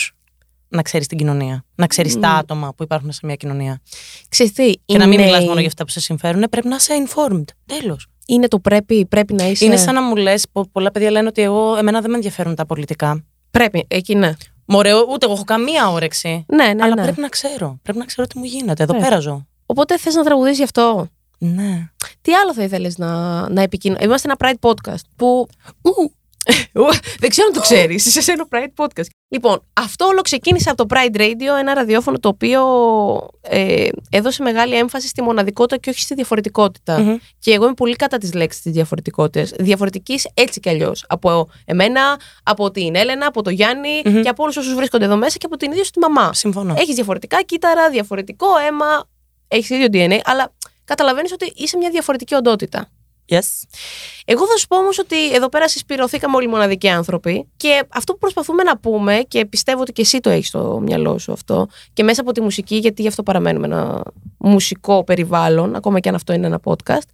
B: να ξέρεις την κοινωνία. Να ξέρεις τα άτομα που υπάρχουν σε μια κοινωνία.
A: Ξέρεις τι,
B: Και να μην
A: είναι-
B: μιλάς μόνο για αυτά που σε συμφέρουν. Πρέπει να είσαι informed. Τέλος.
A: Είναι το πρέπει, πρέπει να είσαι.
B: Είναι σαν να μου λες: Πολλά παιδιά λένε ότι εγώ, εμένα δεν με ενδιαφέρουν τα πολιτικά.
A: Πρέπει, εκεί ναι.
B: Μωρέ, ούτε εγώ έχω καμία όρεξη.
A: Ναι, ναι,
B: αλλά
A: ναι.
B: πρέπει να ξέρω. Πρέπει να ξέρω τι μου γίνεται. Εδώ
A: Πρέπει.
B: πέρα ζω.
A: Οπότε θες να τραγουδίσει γι' αυτό.
B: Ναι.
A: Τι άλλο θα ήθελες να, να επικοινωνήσει. Είμαστε ένα Pride podcast που. Ου. Ου, Δεν ξέρω αν το ξέρεις. Είσαι σε ένα Pride podcast. Λοιπόν, αυτό όλο ξεκίνησε από το Pride Radio, ένα ραδιόφωνο το οποίο ε, έδωσε μεγάλη έμφαση στη μοναδικότητα και όχι στη διαφορετικότητα.
B: Μμμ.
A: Και εγώ είμαι πολύ κατά τις λέξεις της διαφορετικότητας. Διαφορετικής έτσι κι αλλιώς. Από εμένα, από την Έλενα, από τον γιαννη
B: Μμμ.
A: και από όλους όσους βρίσκονται εδώ μέσα και από την ίδια σου τη μαμά.
B: Συμφωνώ.
A: Έχεις διαφορετικά κύτταρα, διαφορετικό αίμα, έχεις ίδιο DNA, αλλά καταλαβαίνεις ότι είσαι μια διαφορετική οντότητα.
B: Yes.
A: Εγώ θα σου πω όμως ότι εδώ πέρα συσπηρωθήκαμε όλοι μοναδικοί άνθρωποι και αυτό που προσπαθούμε να πούμε και πιστεύω ότι και εσύ το έχεις στο μυαλό σου αυτό και μέσα από τη μουσική, γιατί γι' αυτό παραμένουμε ένα μουσικό περιβάλλον, ακόμα και αν αυτό είναι ένα podcast,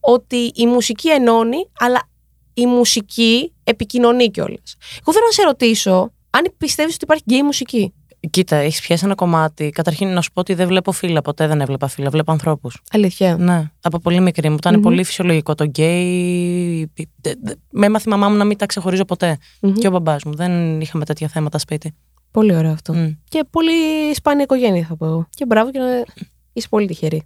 A: ότι η μουσική ενώνει, αλλά η μουσική επικοινωνεί κιόλας. Εγώ θέλω να σε ρωτήσω αν πιστεύεις ότι υπάρχει γκέι μουσική.
B: Κοίτα, έχεις πιάσει ένα κομμάτι. Καταρχήν να σου πω ότι δεν βλέπω φύλλα. Ποτέ δεν έβλεπα φύλλα. Βλέπω ανθρώπους.
A: Αλήθεια.
B: Ναι. Από πολύ μικρή μου. Ήταν
A: Μμμ.
B: πολύ φυσιολογικό το γκέι. Δε- δε- Με έμαθε η μαμά μου να μην τα ξεχωρίζω ποτέ.
A: Μμμ.
B: Και ο μπαμπάς μου. Δεν είχαμε τέτοια θέματα σπίτι.
A: Πολύ ωραίο αυτό.
B: Μμ.
A: Και πολύ σπάνια οικογένεια θα πω εγώ. Και μπράβο και να. Είσαι πολύ τυχερή.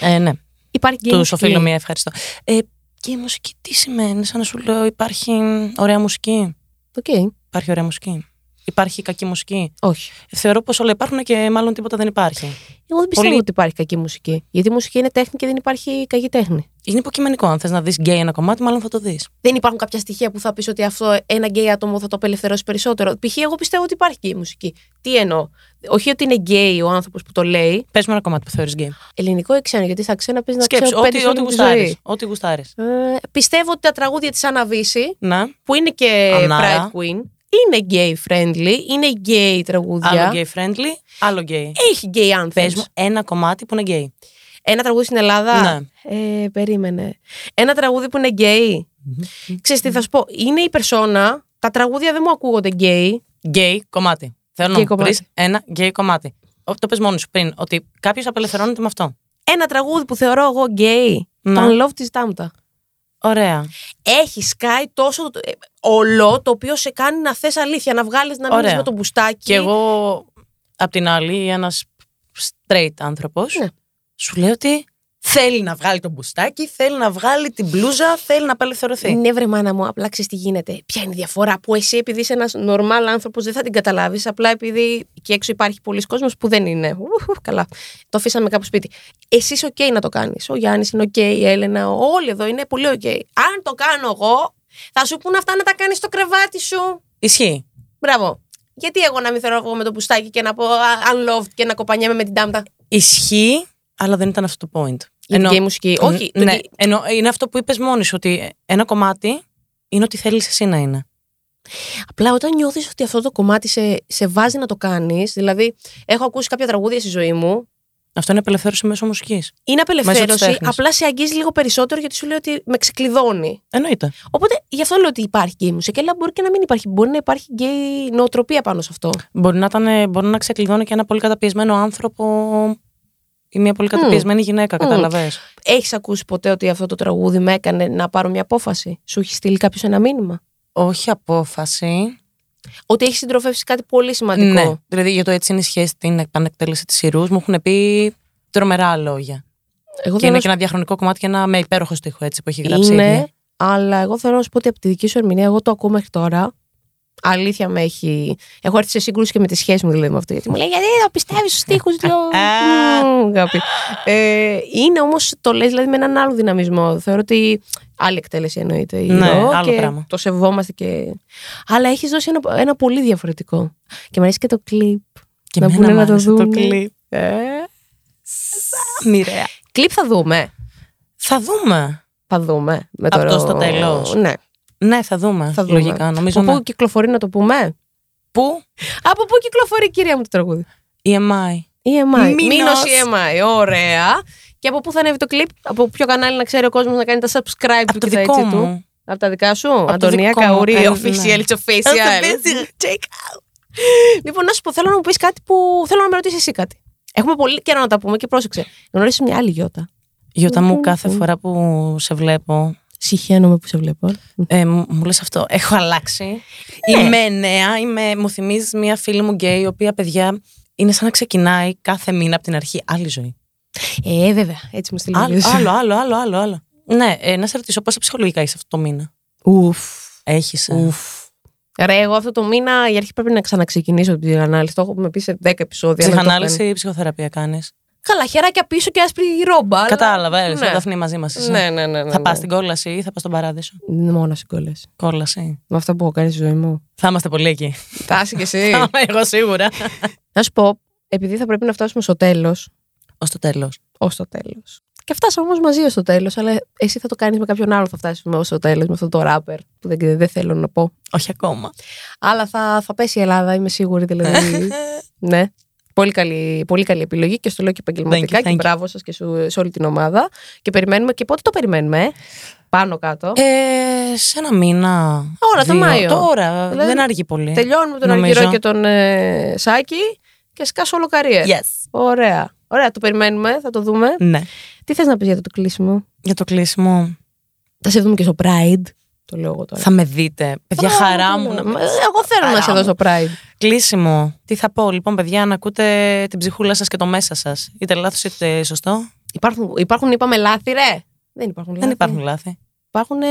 B: Ε, ναι.
A: Υπάρχει και η
B: Του
A: μουσική.
B: οφείλω μία ευχαριστώ. Ε, και η μουσική τι σημαίνει, σαν να σου λέω, υπάρχει ωραία μουσική.
A: Οκ.
B: Υπάρχει ωραία μουσική. Υπάρχει κακή μουσική.
A: Όχι.
B: Θεωρώ πως όλα υπάρχουν και μάλλον τίποτα δεν υπάρχει.
A: Εγώ δεν πιστεύω
B: Πολύ.
A: ότι υπάρχει κακή μουσική. Γιατί η μουσική είναι τέχνη και δεν υπάρχει κακή τέχνη.
B: Είναι υποκειμενικό. Αν θες να δεις γκέι ένα κομμάτι, μάλλον θα το δεις.
A: Δεν υπάρχουν κάποια στοιχεία που θα πεις ότι αυτό ένα γκέι άτομο θα το απελευθερώσει περισσότερο. Π.χ. εγώ πιστεύω ότι υπάρχει γκέι μουσική. Τι εννοώ. Όχι ότι είναι γκέι ο άνθρωπος που το λέει.
B: Πες με ένα κομμάτι που θεωρείς γκέι.
A: Ελληνικό ή ξένο, γιατί στα ξένα πεις να
B: Σκέψου,
A: ξέρω πέντε
B: ό,τι,
A: σε
B: ό,τι
A: όλη μου τη ζωή.
B: γουστάρεις. Ό,τι γουστάρεις.
A: Ε, πιστεύω ότι τα τραγούδια της Αναβίση,
B: Να.
A: που είναι και
B: Ανάρα.
A: Pride Queen, είναι gay friendly, είναι gay τραγούδια.
B: Άλλο gay friendly, άλλο gay.
A: Έχει gay anthems.
B: Πες μου ένα κομμάτι που είναι γκέι.
A: Ένα τραγούδι στην Ελλάδα.
B: Ναι.
A: Ε, περίμενε. Ένα τραγούδι που είναι γκέι.
B: Mm-hmm.
A: Ξέρεις τι θα σου πω. Είναι η περσόνα. Τα τραγούδια δεν μου ακούγονται γκέι.
B: Γκέι κομμάτι. Θέλω
A: Gay
B: να μου
A: κομμάτι.
B: πεις ένα γκέι κομμάτι. Ο- Το πες μόνος σου πριν, ότι κάποιος απελευθερώνεται με αυτό.
A: Ένα τραγούδι που θεωρώ εγώ γκέι.
B: Ναι.
A: Το Unlove της Τάμτα.
B: Ωραία.
A: Έχει σκάει τόσο το- ε, ολό το οποίο σε κάνει να θες αλήθεια. Να βγάλεις να μείνεις
B: Ωραία.
A: με το μπουστάκι.
B: Και εγώ, απ' την άλλη, ένας straight άνθρωπος,
A: Ναι.
B: σου λέει ότι θέλει να βγάλει το μπουστάκι, θέλει να βγάλει την μπλούζα, θέλει να απελευθερωθεί.
A: Ναι, βρε μάνα μου, απλά ξέρεις τι γίνεται. Ποια είναι η διαφορά που εσύ, επειδή είσαι ένας normal άνθρωπος, δεν θα την καταλάβεις. Απλά επειδή εκεί έξω υπάρχει πολλοί κόσμος που δεν είναι. Ου, ου, καλά. Το αφήσαμε κάπου σπίτι. Εσύ είσαι OK να το κάνεις. Ο Γιάννης είναι OK, η Έλενα, όλοι εδώ είναι πολύ OK. Αν το κάνω εγώ, θα σου πούνε αυτά να τα κάνεις στο κρεβάτι σου.
B: Ισχύει.
A: Μπράβο. Γιατί εγώ να μην θέλω να βγω με το μπουστάκι και να πω α, unloved και να κοπανιέμαι με την τάμτα.
B: Ισχύει, αλλά δεν ήταν αυτό το point.
A: Για την gay μουσική. Όχι. το
B: ναι,
A: gay-
B: ενώ είναι αυτό που είπες μόνη σου, ότι ένα κομμάτι είναι ότι θέλεις εσύ να είναι.
A: Απλά όταν νιώθεις ότι αυτό το κομμάτι σε, σε βάζει να το κάνεις, δηλαδή έχω ακούσει κάποια τραγούδια στη ζωή μου
B: Αυτό είναι απελευθέρωση μέσω μουσικής.
A: Είναι
B: Μέσω της
A: απελευθέρωση,
B: τέχνης.
A: απλά σε αγγίζει λίγο περισσότερο γιατί σου λέει ότι με ξεκλειδώνει.
B: Εννοείται.
A: Οπότε γι' αυτό λέω ότι υπάρχει γκέι μουσική, αλλά μπορεί και να μην υπάρχει. Μπορεί να υπάρχει γκέι νοοτροπία πάνω σε αυτό.
B: Μπορεί να, ήταν, μπορεί να ξεκλειδώνει και ένα πολύ καταπιεσμένο άνθρωπο ή μια πολύ καταπιεσμένη γυναίκα, καταλαβες.
A: Έχεις ακούσει ποτέ ότι αυτό το τραγούδι με έκανε να πάρω μια απόφαση. Σου έχει στείλει κάποιος ένα μήνυμα.
B: Όχι απόφαση.
A: Ότι έχεις συντροφεύσει κάτι πολύ σημαντικό.
B: Ναι. Δηλαδή για το έτσι είναι η σχέση την επανεκτέλεση της Ιρού μου έχουν πει τρομερά λόγια.
A: Εγώ θέλω
B: και είναι
A: να
B: και ένα διαχρονικό κομμάτι και ένα με υπέροχο στίχο έτσι που έχει
A: σου-
B: γράψει. η ίδια.
A: Είναι, αλλά εγώ θέλω να σου πω ότι από τη δική σου ερμηνεία, εγώ το ακούω μέχρι τώρα. Αλήθεια με έχει. Έχω έρθει σε σύγκρουση και με τη σχέση μου δηλαδή με αυτό. Γιατί μου λέει Γιατί δεν πιστεύεις στους τοίχου, λέω. «Μμμ, αγάπη». Ε, είναι όμως, το λες δηλαδή με έναν άλλο δυναμισμό. Θεωρώ ότι άλλη εκτέλεση εννοείται. η
B: Ναι,
A: ρο
B: άλλο
A: και
B: πράγμα.
A: Το σεβόμαστε και. Αλλά έχεις δώσει ένα, ένα πολύ διαφορετικό. Και μου αρέσει και το κλειπ.
B: Και
A: Να
B: εμένα
A: πούνε
B: μ'
A: να το
B: άρεσε
A: δούνε.
B: κλιπ. Μοιραία.
A: Κλειπ θα δούμε.
B: Θα δούμε.
A: Θα δούμε. Με
B: Αυτό
A: ρο-
B: στο τέλος.
A: Ναι,
B: Ναι, θα δούμε.
A: θα δούμε.
B: Λογικά, νομίζω.
A: Από
B: ναι.
A: πού κυκλοφορεί να το πούμε.
B: Πού?
A: Από πού κυκλοφορεί, κυρία μου, το τραγούδι.
B: EMI.
A: EMI.
B: Μήνος.
A: Μήνος EMI. Ωραία. Και από πού θα ανέβει το κλειπ, από ποιο κανάλι να ξέρει ο κόσμος να κάνει τα subscribe
B: Από
A: του
B: το
A: και τα
B: δικό
A: έτσι του.
B: μου.
A: Από τα δικά σου.
B: το
A: Αντωνία
B: δικό μου,
A: Καουρή,
B: ε, ναι.
A: official, it's
B: That's the
A: official.
B: best. Check.
A: Λοιπόν, να σου πω, θέλω να μου πεις κάτι που. Θέλω να με ρωτήσεις εσύ κάτι. Έχουμε πολύ καιρό να τα πούμε και πρόσεξε. Γνωρίζεις μια άλλη Γιώτα.
B: Γιώτα μου, κάθε φορά που σε βλέπω,
A: Συχαίνομαι που σε βλέπω.
B: ε, μου, μου λες αυτό, έχω αλλάξει.
A: Ναι.
B: Είμαι νέα, είμαι, μου θυμίζεις μια φίλη μου γκέι, η οποία παιδιά είναι σαν να ξεκινάει κάθε μήνα από την αρχή άλλη ζωή.
A: Ε, βέβαια. Έτσι μου στείλει. ο
B: Άλλο,
A: Λουίς.
B: άλλο, άλλο, άλλο, άλλο, άλλο. Ναι, ε, να σε ρωτήσω, πόσα ψυχολογικά είσαι αυτό το μήνα.
A: Ουφ.
B: Έχεις. ε?
A: Ρε, εγώ αυτό το μήνα η αρχή πρέπει να ξαναξεκινήσω την ψυχανάλυση. Το έχουμε πει σε 10 επεισόδια. αλλά το
B: Ψυχανάλυση ή ψυχοθεραπεία κάνεις.
A: κάνω. Καλά, χεράκια πίσω και άσπρη ρόμπα. αλλά-
B: Κατάλαβα, έλα,
A: ναι.
B: Δαφνή μαζί μας είσαι.
A: Ναι, ναι, ναι. ναι,
B: Θα
A: ναι.
B: πας στην κόλαση ή θα πας στον παράδεισο.
A: Μόνο συγκολέ.
B: Κόλαση.
A: Με αυτά που έχω κάνει στη ζωή μου.
B: Θα είμαστε πολύ εκεί.
A: Τάση και εσύ.
B: Εγώ σίγουρα.
A: Να σου πω, επειδή θα πρέπει να φτάσουμε στο τέλος.
B: Ως το τέλος.
A: Ως το τέλος. Και φτάσαμε όμως μαζί ως το τέλος, αλλά εσύ θα το κάνεις με κάποιον άλλον. Θα φτάσουμε ως το τέλος με αυτόν τον ράπερ που δεν, δεν θέλω να πω.
B: Όχι ακόμα.
A: Αλλά θα, θα πέσει η Ελλάδα, είμαι σίγουρη δηλαδή. ναι. Πολύ καλή, πολύ καλή επιλογή και στο λέω και επαγγελματικά
B: Thank you, thank
A: και
B: you.
A: μπράβο σας και σου- σε όλη την ομάδα. Και περιμένουμε και πότε το περιμένουμε, ε? πάνω κάτω.
B: Ε, σε ένα μήνα.
A: Ώρα, το
B: δύο.
A: Μάιο.
B: Τώρα,
A: Δηλαδή,
B: δεν αργεί πολύ.
A: Τελειώνουμε τον
B: νομίζω.
A: Αργυρό και τον ε, Σάκη και σκάσω όλο καριέρα.
B: Yes.
A: Ωραία. Ωραία, το περιμένουμε, θα το δούμε.
B: Ναι.
A: Τι θες να πεις για το κλείσιμο.
B: Για το κλείσιμο.
A: Θα σε δούμε και στο Pride. Το λέω εγώ τώρα.
B: Θα με δείτε. Παιδιά,
A: Α,
B: χαρά
A: το
B: μου.
A: λέω.
B: να-
A: Μα, Εγώ θέλω να
B: Χαρά
A: σε δω
B: μου.
A: στο Pride.
B: Κλείσιμο. Τι θα πω, λοιπόν, παιδιά, να ακούτε την ψυχούλα σας και το μέσα σας. Είτε λάθος είτε σωστό.
A: Υπάρχουν, υπάρχουν, είπαμε, λάθη, ρε. Δεν υπάρχουν λάθη.
B: Δεν υπάρχουν λάθη.
A: Υπάρχουν ε,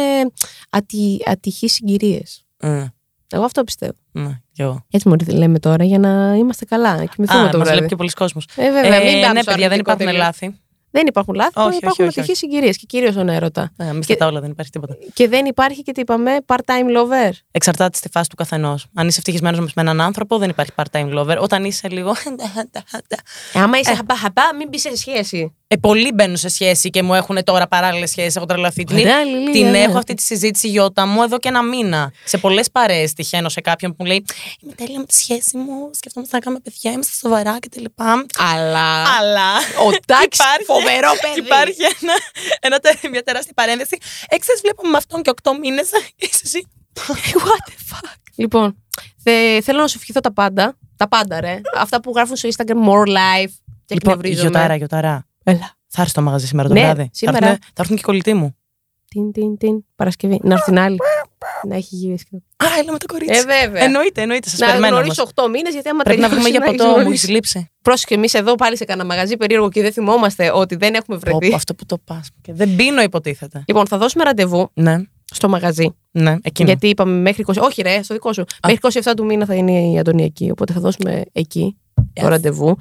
A: ατι, ατυχείς συγκυρίες.
B: Mm,
A: Εγώ αυτό πιστεύω.
B: ναι, κι εγώ.
A: Έτσι μου λέμε τώρα για να είμαστε καλά. Να κοιμηθούμε
B: Α,
A: το
B: μας
A: βράδυ.
B: βλέπει και πολλοί κόσμος.
A: Ε, βέβαια, μην πάμε
B: ναι,
A: στο
B: παιδιά, δεν
A: αρνητικό
B: υπάρχουν
A: τελείως.
B: λάθη.
A: Δεν υπάρχουν λάθη,
B: Όχι,
A: όχι,
B: όχι,
A: υπάρχουν
B: όχι,
A: ατυχεί συγκυρίες και κυρίως στον έρωτα.
B: Ε, Μισθά
A: Και-
B: τα όλα, δεν υπάρχει τίποτα.
A: Και δεν υπάρχει και τι είπαμε, part-time lover.
B: Εξαρτάται στη φάση του καθενός. Αν είσαι ευτυχισμένος μες έναν άνθρωπο, δεν υπάρχει part-time lover. Όταν είσαι λίγο.
A: Άμα είσαι χαμπά χαμπά, μην μπεις σε σχέση.
B: ε, πολλοί μπαίνουν σε σχέση και μου έχουν τώρα παράλληλες σχέσεις. Έχω τρελαθεί. Την,
A: Ωραία, Λίλια,
B: την
A: Ε, ναι.
B: έχω αυτή τη συζήτηση γιώτα μου εδώ και ένα μήνα. Σε πολλές παρέες τυχαίνω σε κάποιον που μου λέει Είμαι τέλεια με τη σχέση μου. Σκεφτόμαστε να κάνουμε παιδιά, είμαστε σοβαρά κτλ.
A: Αλλά.
B: Αλλά.
A: Ο Τάκης,
B: Ε, υπάρχει-
A: φοβερό παιδί.
B: Υπάρχει ένα, ένα, τε- μια τεράστια παρένθεση. Έξες βλέπουμε με αυτόν και οκτώ μήνες. Είσαι εσύ.
A: What the fuck. Λοιπόν, θε- θέλω να σου ευχηθώ τα πάντα. Τα πάντα, ρε. Αυτά που γράφουν στο Instagram, more life. Και
B: Λοιπόν,
A: εκνευρίζομαι.
B: γιωτάρα, γιωτάρα.
A: Έλα.
B: Θα έρθει στο μαγαζί σήμερα το
A: Ναι,
B: βράδυ. Θα
A: σήμερα.
B: έρθουνε- Θα έρθουν και οι κολλητοί μου.
A: Την, την, την. Παρασκευή. Να έρθει την άλλη. να έχει γυρίσει.
B: Α, έλα με το κορίτσι.
A: Ε, βέβαια.
B: εννοείται, εννοείται. Σας
A: να
B: περιμένω. όμως.
A: γνωρίσω 8 μήνες, γιατί άμα
B: Πρέπει να βγούμε
A: τελειώσει,
B: για
A: έχεις
B: ποτό, μου
A: γνωρίσει.
B: έχει λείψει.
A: Πρόσεχε, εμείς εδώ πάλι σε κανένα μαγαζί περίεργο και δεν θυμόμαστε ότι δεν έχουμε βρεθεί.
B: Πω, πω, αυτό που το πας. Δεν πίνω, υποτίθεται.
A: Λοιπόν, θα δώσουμε ραντεβού
B: Ναι,
A: στο μαγαζί.
B: ναι, εκείνο.
A: Γιατί είπαμε μέχρι 20. Όχι, ρε, στο δικό σου. Μέχρι 27 του μήνα θα είναι η Αντωνιακή. Οπότε θα δώσουμε εκεί το ραντεβού.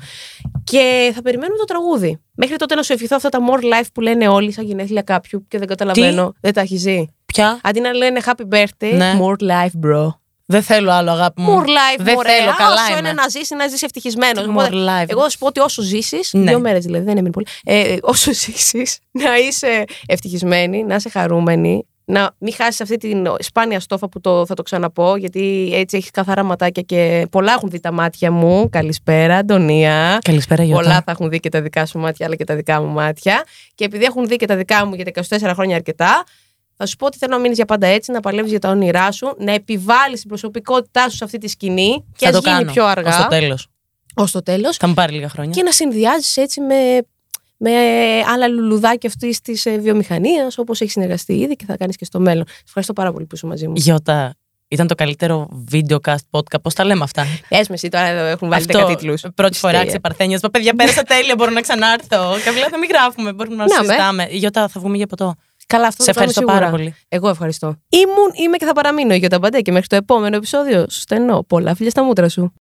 A: Και θα περιμένουμε το τραγούδι. Μέχρι τότε να σου ευχηθώ αυτά τα more life που λένε όλοι σαν γενέθλια κάποιου και δεν καταλαβαίνω. Δεν τα έχεις ζει.
B: Πια
A: Αντί να λένε happy birthday,
B: Ναι.
A: more life, bro.
B: δεν θέλω άλλο, αγάπη μου.
A: More life,
B: δεν
A: more
B: θέλω, καλά
A: Όσο
B: είμαι.
A: είναι να ζήσει, να ζήσει ευτυχισμένο.
B: More life.
A: Εγώ θα σου πω ότι όσο ζήσεις.
B: Ναι.
A: Δύο μέρες δηλαδή, δεν έμεινε πολύ. Ε, ε, όσο ζήσεις, να είσαι ευτυχισμένη, να είσαι χαρούμενη. Να μην χάσεις αυτή την σπάνια στόφα που το, θα το ξαναπώ, γιατί έτσι έχεις καθαρά ματάκια και πολλά έχουν δει τα μάτια μου. Καλησπέρα, Αντωνία.
B: Καλησπέρα, Γιώτα.
A: Πολλά θα έχουν δει και τα δικά σου μάτια, αλλά και τα δικά μου μάτια. Και επειδή έχουν δει και τα δικά μου για τα 24 χρόνια αρκετά, θα σου πω ότι θέλω να μείνεις για πάντα έτσι, να παλεύεις για τα όνειρά σου, να επιβάλλεις την προσωπικότητά σου σε αυτή τη σκηνή και
B: θα
A: ας
B: το
A: γίνει
B: κάνω.
A: πιο αργά.
B: Στο τέλος.
A: Ως το τέλος.
B: Θα μου πάρει λίγα χρόνια.
A: Ναι. Και να συνδυάζεις έτσι με, με άλλα λουλουδάκια ε, αυτής της βιομηχανίας, όπως έχει συνεργαστεί ήδη και θα κάνεις και στο μέλλον. Σε ευχαριστώ πάρα πολύ που είσαι μαζί μου.
B: Γιώτα, ήταν το καλύτερο βίντεο cast podcast. Πώς τα λέμε αυτά.
A: Έσμε εσύ τώρα εδώ έχουν βάλει 10 τίτλου.
B: Πρώτη φορά
A: Τέλεια.
B: ξεπαρθένια. Μα παιδιά, πέρασα τέλεια. Μπορώ να ξανάρθω. Καμπλά θα μην γράφουμε. Μπορούμε να
A: Να, με.
B: συζητάμε. Γιώτα, θα βγούμε για ποτό.
A: Καλά, αυτό
B: Σε
A: το κάνουμε
B: ευχαριστώ πάρα
A: σίγουρα.
B: πολύ.
A: Εγώ ευχαριστώ. Ήμουν, είμαι και θα παραμείνω η Γιώτα Μπαντέ και μέχρι το επόμενο επεισόδιο σου στενό πολλά φιλιά στα μούτρα σου.